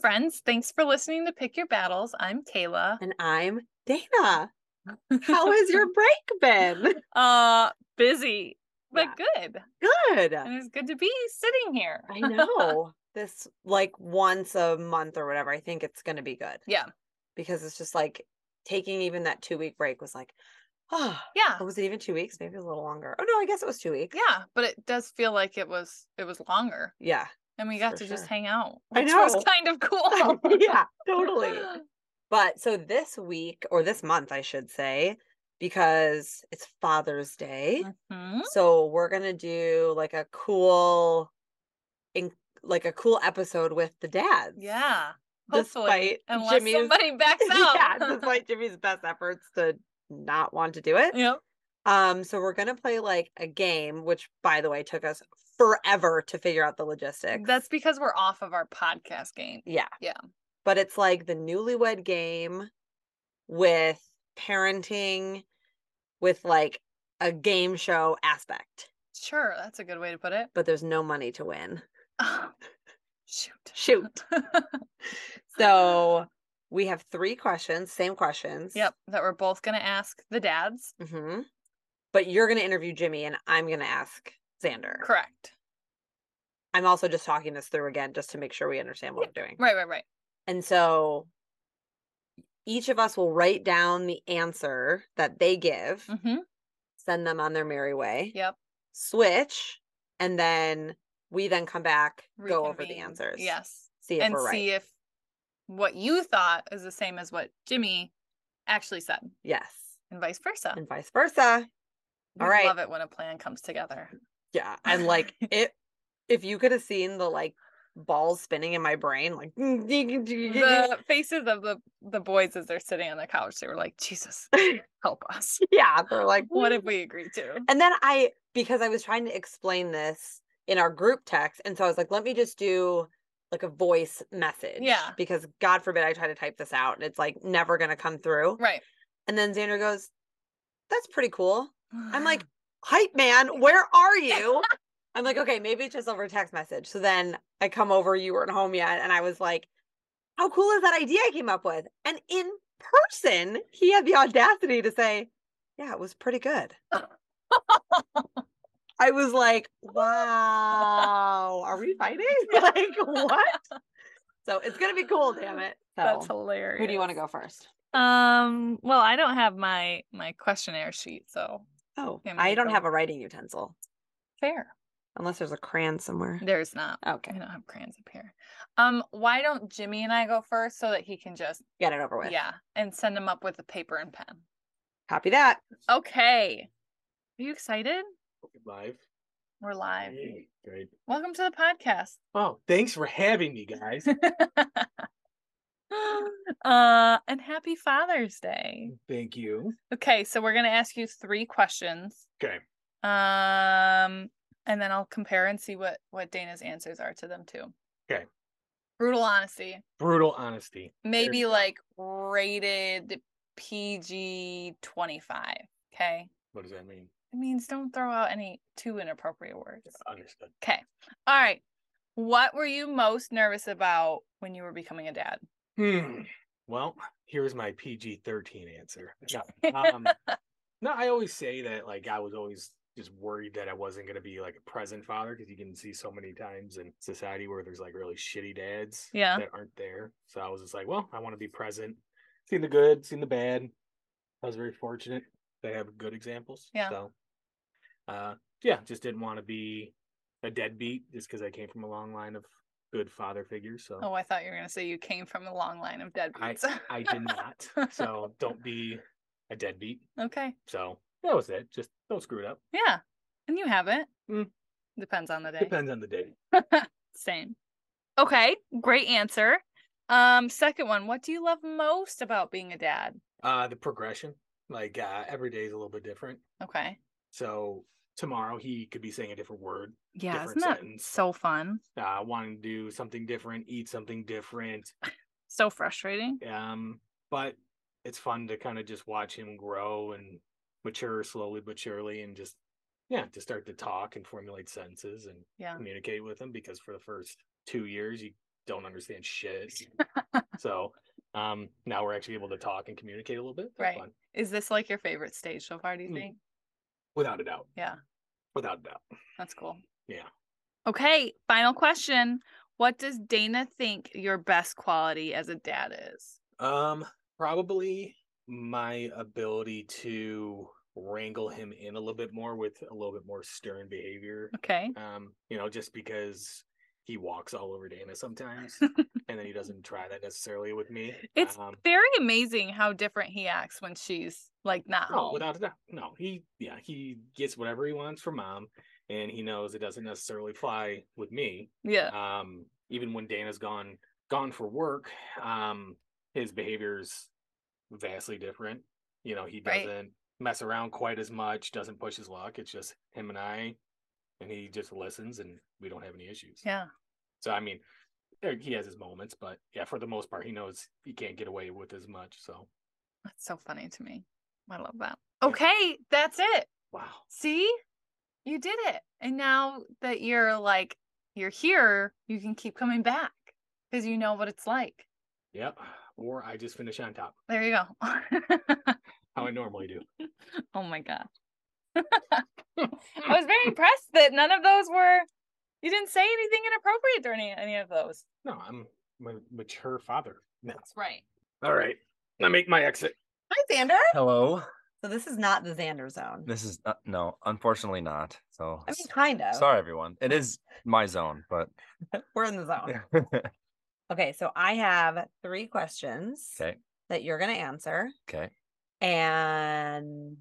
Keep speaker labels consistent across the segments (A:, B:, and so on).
A: friends. Thanks for listening to Pick Your Battles. I'm Kayla.
B: And I'm Dana. How has your break been?
A: uh busy, but
B: Yeah.
A: good.
B: Good.
A: And it's good to be sitting here.
B: I know. This like once a month or whatever, I think it's going to be good
A: Yeah.
B: because it's just like taking even that two week break was like, oh,
A: Yeah.
B: was it even two weeks? Maybe a little longer. Oh, no, I guess it was two weeks.
A: Yeah. But it does feel like it was it was longer.
B: Yeah.
A: And we got
B: For
A: to just
B: sure.
A: hang out.
B: I
A: Which
B: know.
A: was kind of cool.
B: yeah, totally. But so this week or this month, I should say, because it's Father's Day.
A: Mhm.
B: So we're gonna do like a cool, in, like a cool episode with the dads.
A: Yeah. Hopefully.
B: despite
A: Unless
B: Jimmy's,
A: somebody backs out.
B: yeah, despite Jimmy's best efforts to not want to do it.
A: Yep.
B: Um, so we're gonna play like a game, which by the way took us forever to figure out the logistics.
A: That's because we're off of our podcast game.
B: yeah,
A: Yeah.
B: But it's like the newlywed game with parenting, with like a game show aspect.
A: Sure, that's a good way to put it.
B: But there's no money to win.
A: Shoot.
B: Shoot. So we have three questions, same questions.
A: Yep, that we're both going to ask the dads.
B: hmm But you're going to interview Jimmy and I'm going to ask Xander.
A: Correct.
B: I'm also just talking this through again just to make sure we understand what we're doing.
A: Right, right, right.
B: And so each of us will write down the answer that they give,
A: hmm
B: send them on their merry way,
A: Yep.
B: switch, and then we then come back, go over the
A: Reconvene.
B: answers.
A: Yes.
B: See if
A: and
B: we're
A: see
B: right.
A: if what you thought is the same as what Jimmy actually said
B: Yes.
A: and vice versa.
B: And vice versa.
A: We
B: all right.
A: love it when a plan comes together.
B: Yeah, and like it, if you could have seen the like balls spinning in my brain, like
A: The faces of the, the boys as they're sitting on the couch, they were like, Jesus, help us.
B: yeah, they're like
A: What
B: "Mm."
A: did we agree to?
B: And then I because I was trying to explain this in our group text, and so I was like, let me just do like a voice message,
A: Yeah.
B: because God forbid I try to type this out and it's like never gonna come through.
A: Right.
B: And then Xander goes, "That's pretty cool." I'm like, hype man, where are you? I'm like, okay, maybe it's just over text message. So then I come over, you weren't home yet, and I was like, how cool is that idea I came up with? And in person, he had the audacity to say, yeah, it was pretty good. I was like, wow, are we fighting? like, what? So it's gonna be cool, damn it.
A: that's
B: So,
A: hilarious.
B: who do you want to go first?
A: Um, well, I don't have my my questionnaire sheet, so
B: Oh,
A: Yeah,
B: I
A: me
B: don't
A: go.
B: have a writing utensil
A: fair.
B: unless there's a crayon somewhere.
A: There's not.
B: Okay,
A: We don't have crayons up here. Um, why don't Jimmy and I go first so that he can just
B: get it over with.
A: yeah, and send him up with a paper and pen.
B: Copy that.
A: Okay. Are you excited?
C: live.
A: We're live.
C: Hey, great.
A: Welcome to the
C: Oh, thanks for having me, guys.
A: podcast. uh and happy Father's Day.
C: Thank you.
A: Okay, so we're going to ask you 3 questions.
C: Okay.
A: Um, and then I'll compare and see what what Dana's answers are to them too.
C: Okay.
A: Brutal honesty,
C: Brutal honesty.
A: maybe
C: go.
A: like rated PG twenty five. Okay,
C: What does that mean?
A: it means don't throw out any too inappropriate words.
C: Understood.
A: Okay, all right. What were you most nervous about when you were becoming a dad?
C: Hmm. Well, here's my PG 13 answer. No, um, no, I always say that, like, I was always just worried that I wasn't going to be like a present father because you can see so many times in society where there's like really shitty dads
A: Yeah.
C: that aren't there. So I was just like, well, I want to be present, seen the good, seen the bad. I was very fortunate to have good examples.
A: Yeah.
C: So, uh, yeah, just didn't want to be a deadbeat just because I came from a long line of good father figures. So
A: Oh, I thought you were gonna say you came from a long line of deadbeats.
C: I did not. So don't be a deadbeat.
A: okay,
C: So that was it. Just don't screw it up.
A: yeah, and you haven't.
C: Mm.
A: Depends on the day.
C: Depends on the day.
A: Same. Okay, great answer. Um, second one, what do you love most about being a dad?
C: Uh the progression. Like uh every day is a little bit different.
A: Okay.
C: So tomorrow he could be saying a different word.
A: Yeah,
C: Different
A: isn't that
C: sentence.
A: so fun?
C: Uh wanting to do something different, eat something different.
A: So frustrating.
C: Um, but it's fun to kind of just watch him grow and mature slowly but surely and just yeah, to start to talk and formulate sentences and
A: Yeah.
C: communicate with him because for the first two years you don't understand shit. so um now we're actually able to talk and communicate a little bit. That's
A: Right.
C: fun.
A: Is this like your favorite stage so far? Do you
C: Mm.
A: think?
C: Without a doubt.
A: Yeah.
C: Without a doubt.
A: That's cool.
C: Yeah.
A: Okay, final question. What does Dana think your best quality as a dad is?
C: Um, probably my ability to wrangle him in a little bit more with a little bit more stern behavior.
A: Okay.
C: Um, you know, just because he walks all over Dana sometimes, and then he doesn't try that necessarily with me.
A: It's
C: um,
A: very amazing how different he acts when she's like not
C: no,
A: home.
C: Oh, without a doubt. No, he yeah he gets whatever he wants from mom, and he knows it doesn't necessarily fly with me.
A: yeah.
C: um even when dana's gone gone for work um his behavior's vastly different you know he
A: Right.
C: doesn't mess around quite as much doesn't push his luck it's just him and i and he just listens and we don't have any issues
A: Yeah.
C: so i mean there- he has his moments but yeah for the most part he knows he can't get away with as much so
A: That's so funny to me. I love that.
C: Yeah.
A: Okay, that's it.
C: wow
A: See? You did it. And now that you're like you're here, you can keep coming back because you know what it's like.
C: yep or i just finish on top
A: There you go.
C: how i normally do
A: Oh my god. I was very impressed that none of those were you didn't say anything inappropriate during any, any of those.
C: no i'm I'm a mature father No.
A: right.
C: all right i make my exit
B: Hi, Xander.
D: Hello.
B: So this is not the Xander zone.
D: This is uh, no, unfortunately not. So
B: I mean, kind of.
D: sorry, everyone. It is my zone, but
B: We're in the zone.
D: okay,
B: Okay, so I have three questions that you're going to answer,
D: okay,
B: and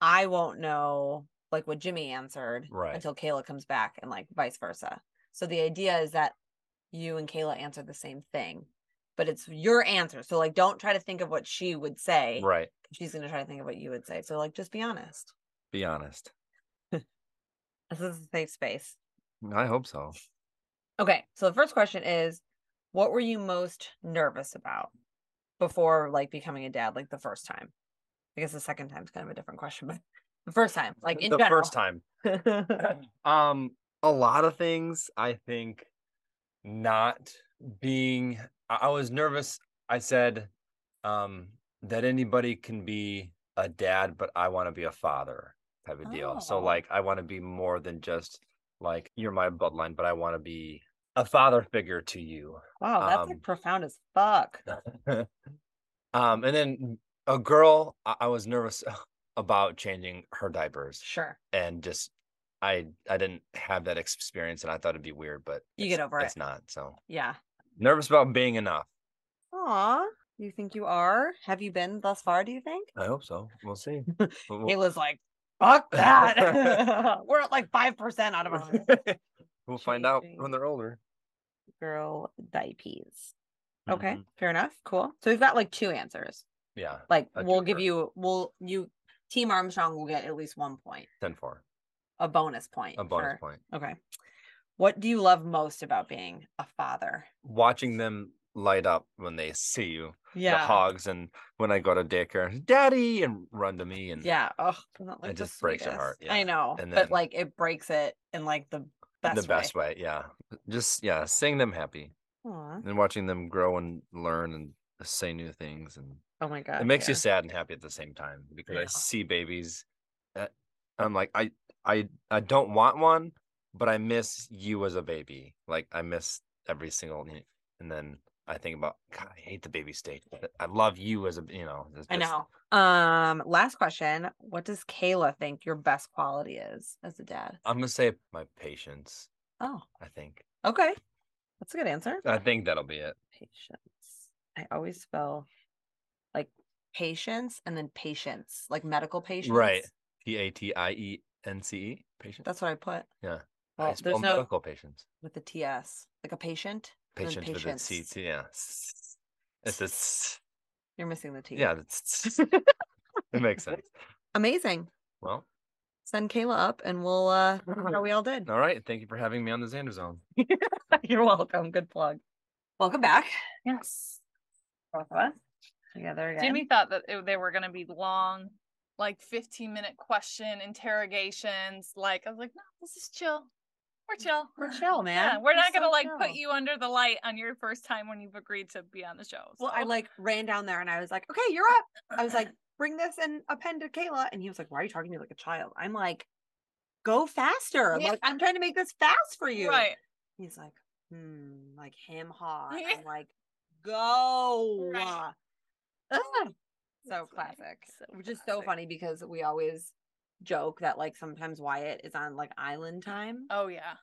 B: I won't know like what Jimmy answered
D: Right.
B: until Kayla comes back, and like vice versa. So the idea is that you and Kayla answer the same thing, but it's your answer. So like, don't try to think of what she would say.
D: right.
B: She's going to try to think of what you would say. So like, just be honest.
D: Be honest.
B: This is a safe space.
D: I hope so.
B: Okay, so the first question is, what were you most nervous about before like becoming a dad, like the first time? I guess the second time's kind of a different question, but the first time, like in
D: the
B: general.
D: first time.
B: time.
D: um, a lot of things. I think not being. I, I was nervous. I said um, that anybody can be a dad, but I want to be a father type of deal. So
B: Oh.
D: like, I want to be more than just like you're my bloodline, but I want to be a father figure to you.
B: wow, that's like
D: um,
B: profound as fuck.
D: um, and then a girl, I, I was nervous about changing her diapers
B: Sure.
D: and just I I didn't have that ex- experience and I thought it'd be weird, but
B: You
D: it's-
B: get over it.
D: It's not so
B: Yeah.
D: nervous about being enough.
B: Aw. You think you are? Have you been thus far, do you think?
D: I hope so. We'll see. We'll- we'll-
B: Kayla's like, fuck that. We're at like five percent out of our
D: we'll find out
B: Changing.
D: when they're older.
B: girl diapers. Okay,
D: Mhm.
B: fair enough. Cool. So we've got like two answers.
D: Yeah.
B: Like
D: A
B: we'll give
D: twofer.
B: you we'll you team Armstrong will get at least one point,
D: 10 4.
B: a bonus point.
D: A bonus
B: for-
D: point.
B: Okay. What do you love most about being a father?
D: Watching them light up when they see you. The
B: Yeah.
D: hogs and when I go to daycare, daddy and run to me and
B: Yeah. Oh, that, like,
D: It
B: the
D: just breaks your heart,
B: sweetest? I
D: yeah.
B: know.
D: And
B: but
D: then-
B: like it breaks it in like the best
D: the best way. Yeah. Just yeah, seeing them happy
B: way. Aw.
D: and watching them grow and learn and say new things and
B: Oh my god.
D: it makes you
B: yeah.
D: sad and happy at the same time because I
B: Yeah.
D: see babies. That I'm like, I, I, I don't want one, but I miss you as a baby. Like I miss every single, ne- and then I think about, God, I hate the baby stage, but I love you as a, you know. it's
B: I
D: just-
B: know. Um, last question. What does Kayla think your best quality is as a dad?
D: I'm gonna say my patience.
B: Oh,
D: I think.
B: okay. That's a good answer.
D: I think that'll be it.
B: patience. I always spell like patience and then patience, like medical patients.
D: P a t i e n c e patient.
B: That's what I put.
D: Yeah. I
B: Well,
D: spell
B: there's no
D: medical patients.
B: with the TS, like a patient. and then
D: Patients with a C
B: patience.
D: T. Yeah. It's a. s-
B: You're missing the T.
D: Yeah, that's it makes sense.
B: Amazing.
D: Well,
B: Send Kayla up and we'll uh how we all did.
D: all right. Thank you for having me on the Xander Zone.
B: You're welcome. Good plug. Welcome back.
A: Yes.
B: Both of us. Together again.
A: Jimmy thought that it- they were going to be long, like 15 minute question interrogations. Like, I was like, no, this is chill. We're chill.
B: We're chill, man.
A: Yeah, we're not gonna
B: so
A: like put
B: chill.
A: you under the light on your first time when you've agreed to be on the show.
B: Well, I
A: so.
B: like ran down there and I was like, okay, you're up. I was like, bring this and a pen to Kayla. And he was like, why are you talking to me like a child? I'm like, go faster.
A: Yeah.
B: Like, I'm trying to make this fast for you.
A: right.
B: He's like, hmm, like him ha.
A: Yeah.
B: I'm like, go.
A: Right.
B: Ugh. So
A: That's funny.
B: classic.
A: So
B: Which is so
A: classic.
B: funny because we always joke that like sometimes Wyatt is on like island time.
A: Oh Mm-hmm. yeah.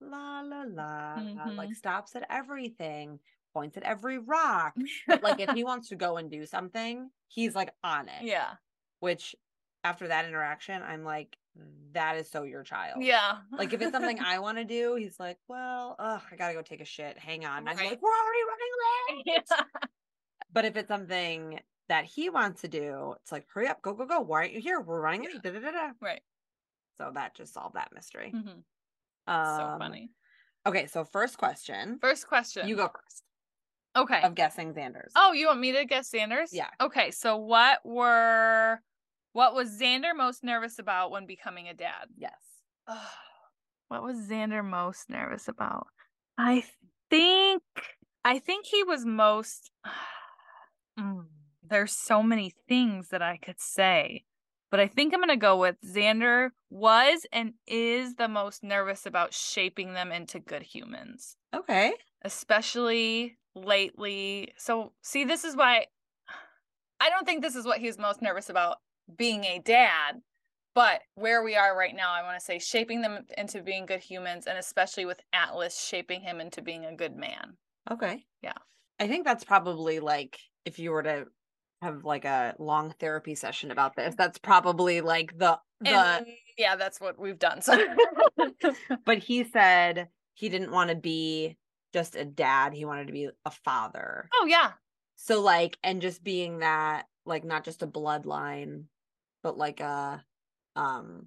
B: La la la. Like stops at everything, points at every rock.
A: Mhm.
B: like if he wants to go and do something, he's like on it.
A: yeah.
B: Which after that interaction, I'm like, that is so your child.
A: Yeah.
B: Like if it's something I want to do, he's like, well, ugh, I gotta go take a shit. Hang on. And I'm
A: Right.
B: like, we're already running late.
A: yeah.
B: But if it's something that he wants to do, it's like, hurry up, go, go, go. Why aren't you here? We're running
A: Yeah.
B: late. Da, da, da, da.
A: Right.
B: So that just solved that mystery.
A: Mhm. so
B: Um,
A: funny.
B: Okay, so first question.
A: First question.
B: You go first
A: Okay.
B: of guessing Xander's.
A: Oh, you want me to guess Xander's?
B: Yeah.
A: Okay. So what were what was Xander most nervous about when becoming a dad?
B: yes.
A: what was Xander most nervous about? I think I think he was most Mm, there's so many things that I could say. But I think I'm going to go with Xander was and is the most nervous about shaping them into good humans
B: Okay.
A: especially lately. So, see, this is why I don't think this is what he's most nervous about being a dad, but where we are right now, I want to say shaping them into being good humans, and especially with Atlas shaping him into being a good man.
B: Okay.
A: Yeah.
B: I think that's probably like if you were to have like a long therapy session about this, that's probably like the the
A: And yeah, that's what we've done. So,
B: but he said he didn't want to be just a dad, he wanted to be a father.
A: oh, yeah,
B: So like and just being that like not just a bloodline, but like a um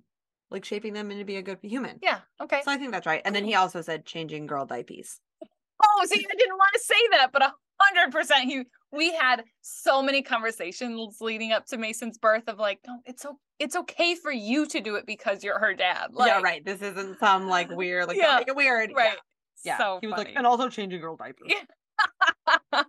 B: like shaping them into be a good human.
A: yeah, okay.
B: So I think that's right. And then he also said changing girl diapers.
A: Oh, see, I didn't want to say that, but a hundred percent. He, we had so many conversations leading up to Mason's birth of like, no, it's o- it's okay for you to do it because you're her dad. Like,
B: yeah, right. This isn't some like weird, like
A: Yeah,
B: don't make it weird. Yeah.
A: right.
B: Yeah.
A: So
B: he was
A: funny.
B: like, and also changing girl diapers.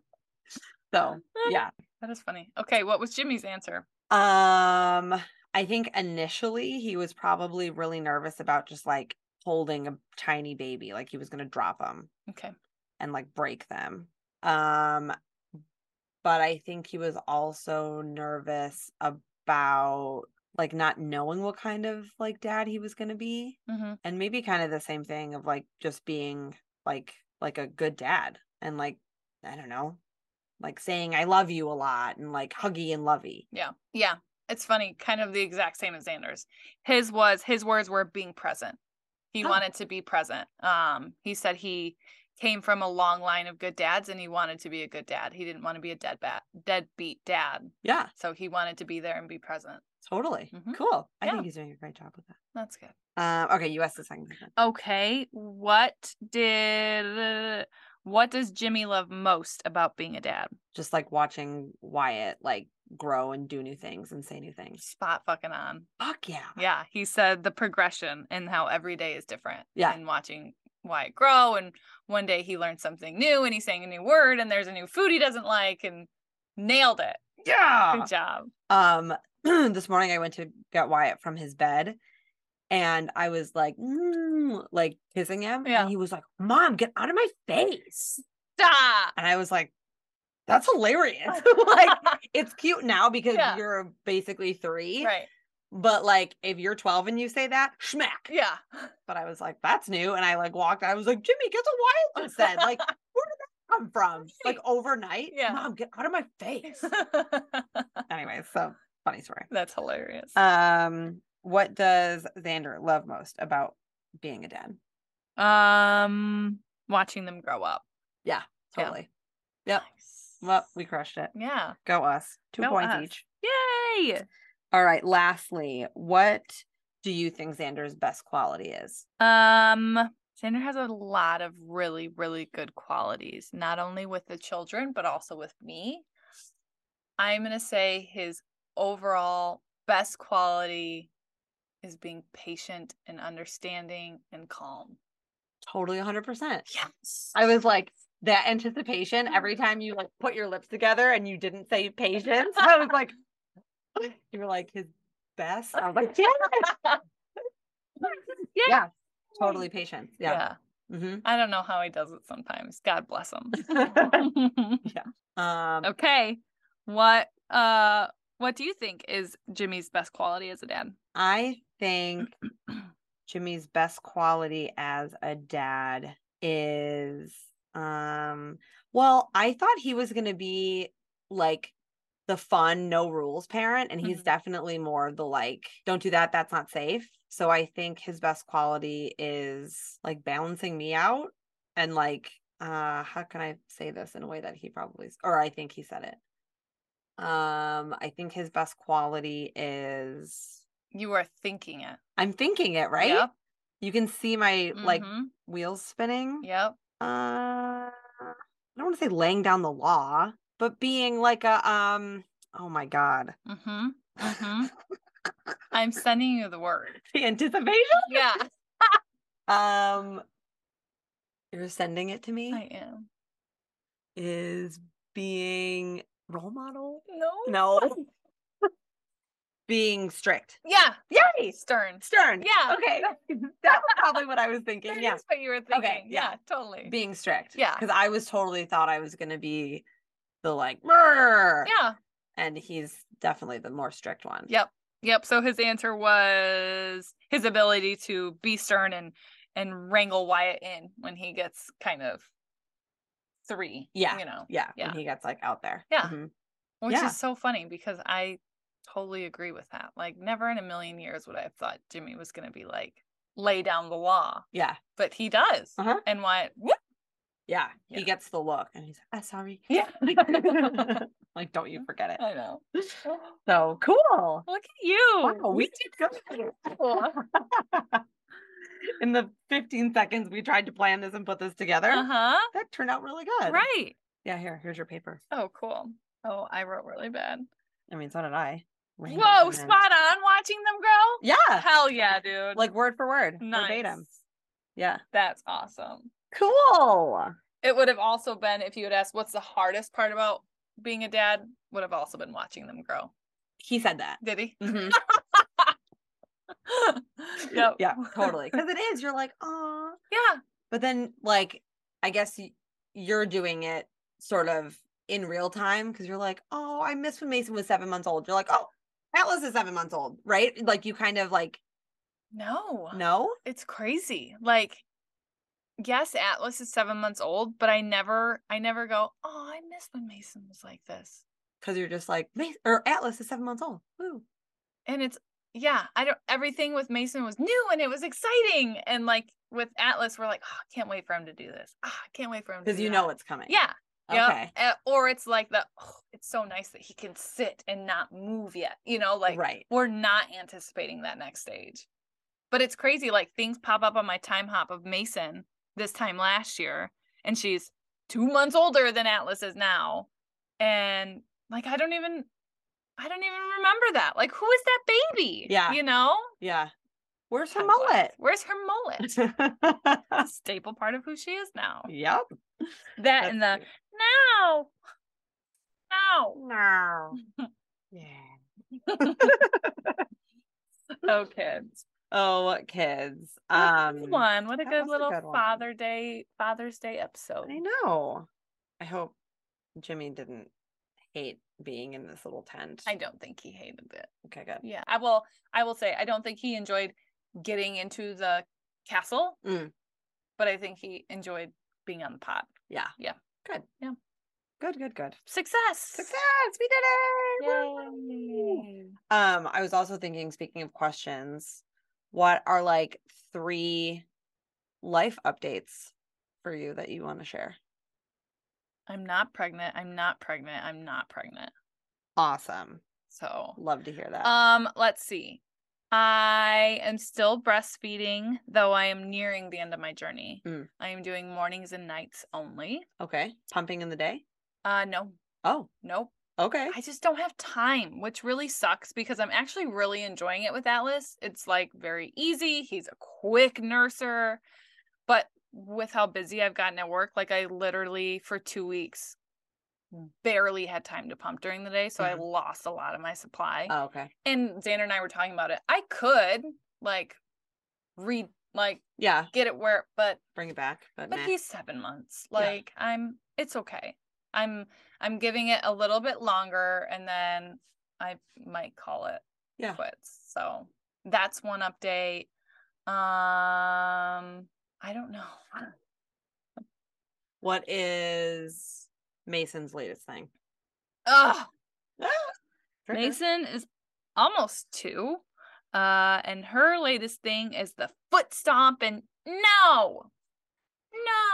B: So "Oh, yeah.
A: that is funny. Okay, what was Jimmy's answer?
B: Um, I think initially he was probably really nervous about just like holding a tiny baby, like he was gonna drop them
A: Okay,
B: and like break them. Um, but I think he was also nervous about like not knowing what kind of like dad he was gonna be.
A: hmm
B: and maybe kind of the same thing of like just being like like a good dad and like i don't know like saying i love you a lot and like huggy and lovey
A: yeah, yeah. It's funny, kind of the exact same as Xander's. His was his words were being present. He
B: Oh.
A: wanted to be present. Um, he said he came from a long line of good dads, and he wanted to be a good dad. He didn't want to be a dead bat, deadbeat dad.
B: yeah
A: So he wanted to be there and be present.
B: totally
A: Mhm.
B: cool i
A: Yeah.
B: think he's doing a great job with that
A: That's good.
B: um okay you asked the second question
A: Okay, what did what does Jimmy love most about being a dad?
B: just like watching wyatt like grow and do new things and say new things
A: Spot fucking on.
B: fuck yeah
A: Yeah, he said the progression and how every day is different.
B: Yeah.
A: and watching Wyatt grow, and one day he learned something new, and he's saying a new word, and there's a new food he doesn't like, and nailed it.
B: yeah
A: Good job.
B: um this morning i went to get wyatt from his bed and i was like "Mm," like kissing him
A: Yeah.
B: and he was like mom get out of my face
A: Stop.
B: and i was like that's hilarious like it's cute now because
A: Yeah.
B: you're basically three
A: right.
B: but like if you're 12 and you say that schmack
A: Yeah.
B: but i was like that's new and i like walked i was like jimmy guess what wyatt just said like where did that come from like
A: Right.
B: overnight
A: Yeah.
B: mom get out of my face anyway so funny story
A: That's hilarious.
B: um, what does Xander love most about being a dad?
A: Um, watching them grow up. Yeah.
B: Totally. Yep. Well, we crushed it.
A: Yeah.
B: Go us. Two
A: Go
B: points
A: us.
B: each.
A: Yay.
B: All right. Lastly, what do you think Xander's best quality is?
A: Um, Xander has a lot of really, really good qualities, not only with the children, but also with me. I'm going to say his overall best quality is being patient and understanding and calm.
B: Totally 100%.
A: Yes.
B: I was like, that anticipation every time you like put your lips together and you didn't say patience. I was like, you were like his best. I was like, yeah,
A: Yeah.
B: yeah totally patience. Yeah. Mhm.
A: I don't know how he does it sometimes. God bless him.
B: Um,
A: okay. What uh what do you think is Jimmy's best quality as a dad?
B: I think Jimmy's best quality as a dad is um well, I thought he was going to be like the fun no rules parent and he's
A: Mhm.
B: definitely more the like don't do that that's not safe. So I think his best quality is like balancing me out and like uh how can I say this in a way that he probably s- or I think he said it. Um I think his best quality is
A: You are thinking it.
B: I'm thinking it, right?
A: Yep.
B: You can see my like
A: mhm,
B: wheels spinning.
A: Yep.
B: Uh, I don't want to say laying down the law, but being like a um. Oh my god,
A: Mm-hmm. Mm-hmm. I'm sending you the word.
B: the anticipation.
A: Yeah.
B: Um, you're sending it to me
A: I am.
B: is being role model.
A: No.
B: No, being strict.
A: Yeah.
B: Yay,
A: Stern.
B: stern.
A: Yeah.
B: Okay, that was probably what I was thinking.
A: That's
B: Yeah,
A: what you were thinking. yeah.
B: yeah.
A: totally.
B: being strict.
A: Yeah.
B: because I was totally thought I was gonna be the like. "Brr,"
A: yeah.
B: and he's definitely the more strict one.
A: Yep. Yep. So his answer was his ability to be stern and and wrangle Wyatt in when he gets kind of three.
B: Yeah.
A: You know,
B: Yeah.
A: Yeah.
B: When he gets like out there.
A: Yeah.
B: Mhm.
A: which
B: Yeah.
A: is so funny because I totally agree with that. Like, never in a million years would I have thought Jimmy was going to be like lay down the law,
B: Yeah.
A: but he does.
B: Uh-huh.
A: And Wyatt, whoop.
B: Yeah.
A: Yeah.
B: He gets the look and he's like, ah, sorry.
A: Yeah.
B: like, don't you forget it.
A: I know.
B: So cool.
A: Look at you.
B: Wow, we did good. In the 15 seconds we tried to plan this and put this together,
A: Uh huh.
B: that turned out really good.
A: Right.
B: Yeah, here, here's your paper.
A: Oh, cool. Oh, I wrote really bad.
B: I mean, so did I. Random
A: Whoa,
B: comment.
A: spot on watching them grow.
B: Yeah.
A: Hell yeah, dude.
B: Like word for word.
A: nice.
B: Verbatim. Yeah.
A: That's awesome.
B: Cool.
A: It would have also been if you had asked what's the hardest part about being a dad, would have also been watching them grow.
B: He said that.
A: Did he?
B: Mhm.
A: yep.
B: yeah totally because it is you're like oh
A: Yeah.
B: but then like i guess y- you're doing it sort of in real time because you're like oh i miss when mason was seven months old you're like oh atlas is seven months old right like you kind of like
A: No.
B: no
A: It's crazy. Like yes, Atlas is 7 months old, but I never I never go, "Oh, I miss when Mason was like this."
B: because you're just like Mas- or atlas is seven months old Woo.
A: and it's yeah i don't everything with mason was new and it was exciting and like with atlas we're like oh, i can't wait for him to do this Ah, i can't wait for him to
B: because
A: do
B: you
A: that."
B: know it's coming
A: yeah
B: okay
A: yeah or it's like the oh, it's so nice that he can sit and not move yet you know like
B: right
A: we're not anticipating that next stage but it's crazy like things pop up on my time hop of mason this time last year and she's two months older than atlas is now and like i don't even i don't even remember that like who is that baby
B: Yeah.
A: you know
B: yeah where's her
A: Time lapse.
B: mullet
A: where's her mullet A staple part of who she is now
B: yep
A: that and the
B: That's cute.
A: no no
B: no yeah
A: oh kids
B: oh kids
A: What a good
B: um
A: one what a
B: that
A: good
B: was a
A: little
B: good one.
A: father day father's day episode
B: I know. I hope Jimmy didn't hate being in this little tent.
A: I don't think he hated it.
B: okay, good.
A: Yeah. I will I will say I don't think he enjoyed getting into the castle,
B: Mm.
A: but I think he enjoyed being on the pot.
B: Yeah.
A: Yeah.
B: Good.
A: Yeah.
B: Good, good, good.
A: Success.
B: Success! We did it! Woo!
A: Yay.
B: Um, I was also thinking, speaking of questions, what are like three life updates for you that you want to share?
A: I'm not pregnant. I'm not pregnant. I'm not pregnant.
B: Awesome.
A: So
B: Love to hear that.
A: Um, let's see. I am still breastfeeding, though I am nearing the end of my journey.
B: Mm.
A: I am doing mornings and nights only.
B: okay. Pumping in the day?
A: Uh no,
B: Oh,
A: nope.
B: okay.
A: I just don't have time, which really sucks because I'm actually really enjoying it with Atlas. It's like very easy. He's a quick nurser, but with how busy I've gotten at work, like I literally for two weeks barely had time to pump during the day. So I lost a lot of my supply.
B: Oh, okay.
A: and Xander and I were talking about it. I could like read like
B: Yeah,
A: get it where but
B: bring it back. But,
A: but
B: meh.
A: he's seven months.
B: Yeah.
A: Like I'm it's okay. I'm I'm giving it a little bit longer and then I might call it
B: Yeah.
A: quits. So that's one update. Um I don't know.
B: what is Mason's latest thing?
A: Ugh.
B: Trigger.
A: Mason is almost two. Uh, and her latest thing is the foot stomp, and no,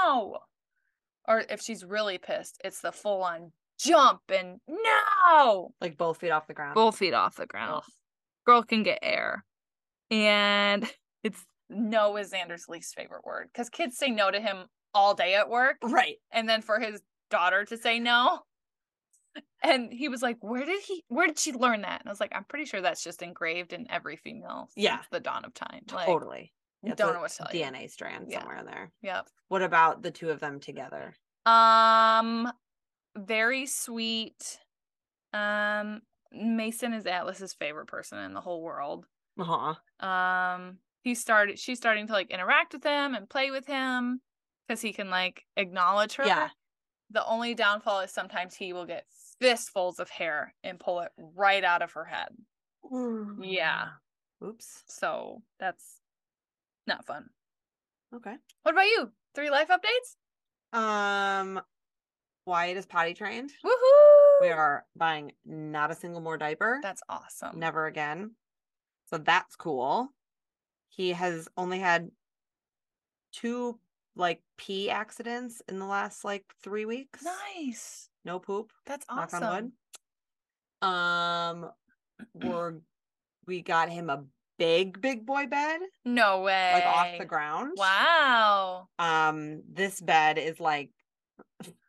A: no. Or if she's really pissed, it's the full on jump and no,
B: like both feet off the ground.
A: both feet off the ground. Girl can get air. And it's no is Xander's least favorite word because kids say no to him all day at work
B: Right.
A: and then for his daughter to say no. And he was like, "Where did he? Where did she learn that?" And I was like, "I'm pretty sure that's just engraved in every female since
B: Yeah.
A: the dawn of time. Like,
B: Totally. It's
A: don't
B: a
A: know what to tell you.
B: DNA strand
A: Yeah.
B: somewhere in there.
A: Yep.
B: What about the two of them together?
A: Um, very sweet. Um, Mason is Atlas's favorite person in the whole world.
B: Uh-huh.
A: um he started she's starting to like interact with him and play with him because he can like acknowledge her
B: Yeah.
A: the only downfall is sometimes he will get fistfuls of hair and pull it right out of her head Yeah.
B: Oops.
A: so that's not fun
B: Okay.
A: what about you three life updates
B: Um Wyatt is potty trained.
A: woohoo
B: We are buying not a single more diaper.
A: that's awesome
B: never again. So that's cool. He has only had two like pee accidents in the last like three weeks.
A: nice
B: No poop.
A: that's
B: Knock
A: awesome
B: on wood. Um, we're we got him a big big boy bed
A: no way
B: like off the ground.
A: wow
B: Um, this bed is like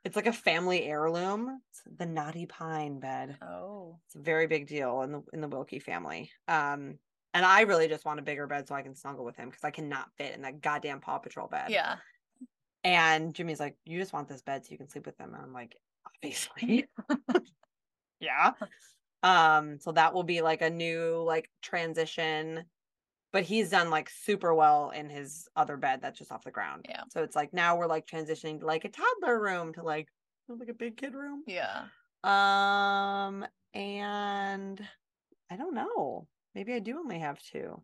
B: it's like a family heirloom. It's the knotty pine bed.
A: oh
B: It's a very big deal in the in the Wilkie family. Um, and I really just want a bigger bed so I can snuggle with him because I cannot fit in that goddamn Paw Patrol bed.
A: yeah
B: And Jimmy's like, "You just want this bed so you can sleep with him," and I'm like, "Obviously, yeah." Um, so that will be like a new like transition. But he's done like super well in his other bed that's just off the ground.
A: Yeah.
B: So it's like now we're like transitioning to like a toddler room to like like a big kid room.
A: yeah
B: Um, and I don't know. Maybe I do only have two.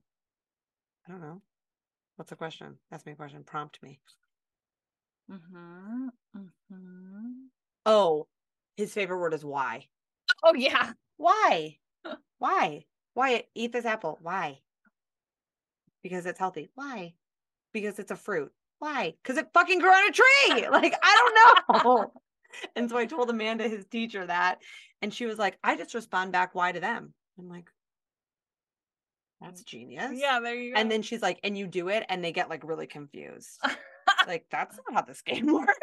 B: I don't know. What's the question? Ask me a question. Prompt me.
A: mm-hmm. Mm-hmm.
B: Oh, his favorite word is why.
A: oh yeah
B: Why? Why? Why eat this apple? Why? Because it's healthy. Why? Because it's a fruit. Why? Because it fucking grew on a tree. Like, I don't know. and so I told Amanda, his teacher, that. And she was like, I just respond back, why to them? I'm like, that's genius.
A: yeah there you go
B: And then she's like, and you do it, and they get like really confused. like, that's not how this game works.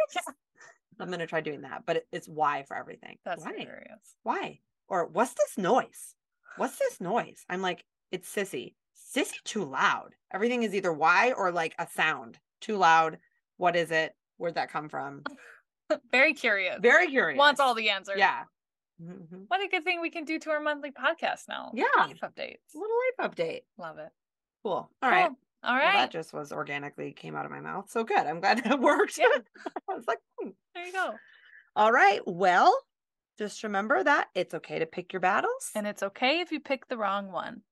B: I'm going to try doing that, but it- it's why for everything.
A: That's
B: why?
A: hilarious.
B: why? Or what's this noise? What's this noise? I'm like, it's sissy. Sissy too loud. Everything is either why or like a sound. Too loud. What is it? Where'd that come from?
A: Very curious.
B: Very curious.
A: Wants all the answers.
B: Yeah. Mhm.
A: What a good thing we can do to our monthly podcast now.
B: Yeah.
A: Life updates.
B: Little life update.
A: Love it.
B: Cool. All right.
A: Cool. All
B: Well,
A: right.
B: that just was organically came out of my mouth. So good. I'm glad that worked.
A: Yeah.
B: I was like, hmm.
A: there you go.
B: all right. Well, just remember that it's okay to pick your battles.
A: And it's okay if you pick the wrong one.